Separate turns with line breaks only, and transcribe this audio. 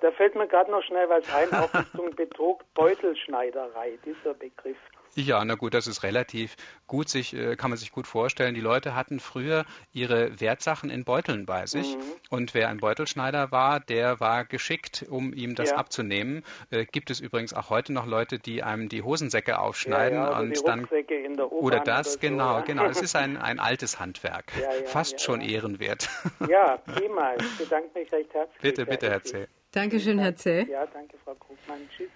da fällt mir gerade noch schnell was ein, auch Richtung Betrug, Beutelschneiderei, dieser Begriff.
Ja, na gut, das ist relativ gut, sich, äh, kann man sich gut vorstellen. Die Leute hatten früher ihre Wertsachen in Beuteln bei sich. Mhm. Und wer ein Beutelschneider war, der war geschickt, um ihm das
Ja.
abzunehmen. Äh, gibt es übrigens auch heute noch Leute, die einem die Hosensäcke aufschneiden
ja, ja, oder
und
die
dann
Rucksäcke in der U-Bahn
oder das,
oder so,
genau,
ja.
genau. Es ist ein, ein altes Handwerk.
Ja, ja,
Fast
ja,
schon
ja.
ehrenwert.
Ja, prima. Ich bedanke mich recht herzlich.
bitte, bitte, Herr
Eckig.
Zeh.
Dankeschön, Herr Zell.
Ja, danke, Frau Krugmann. Tschüss.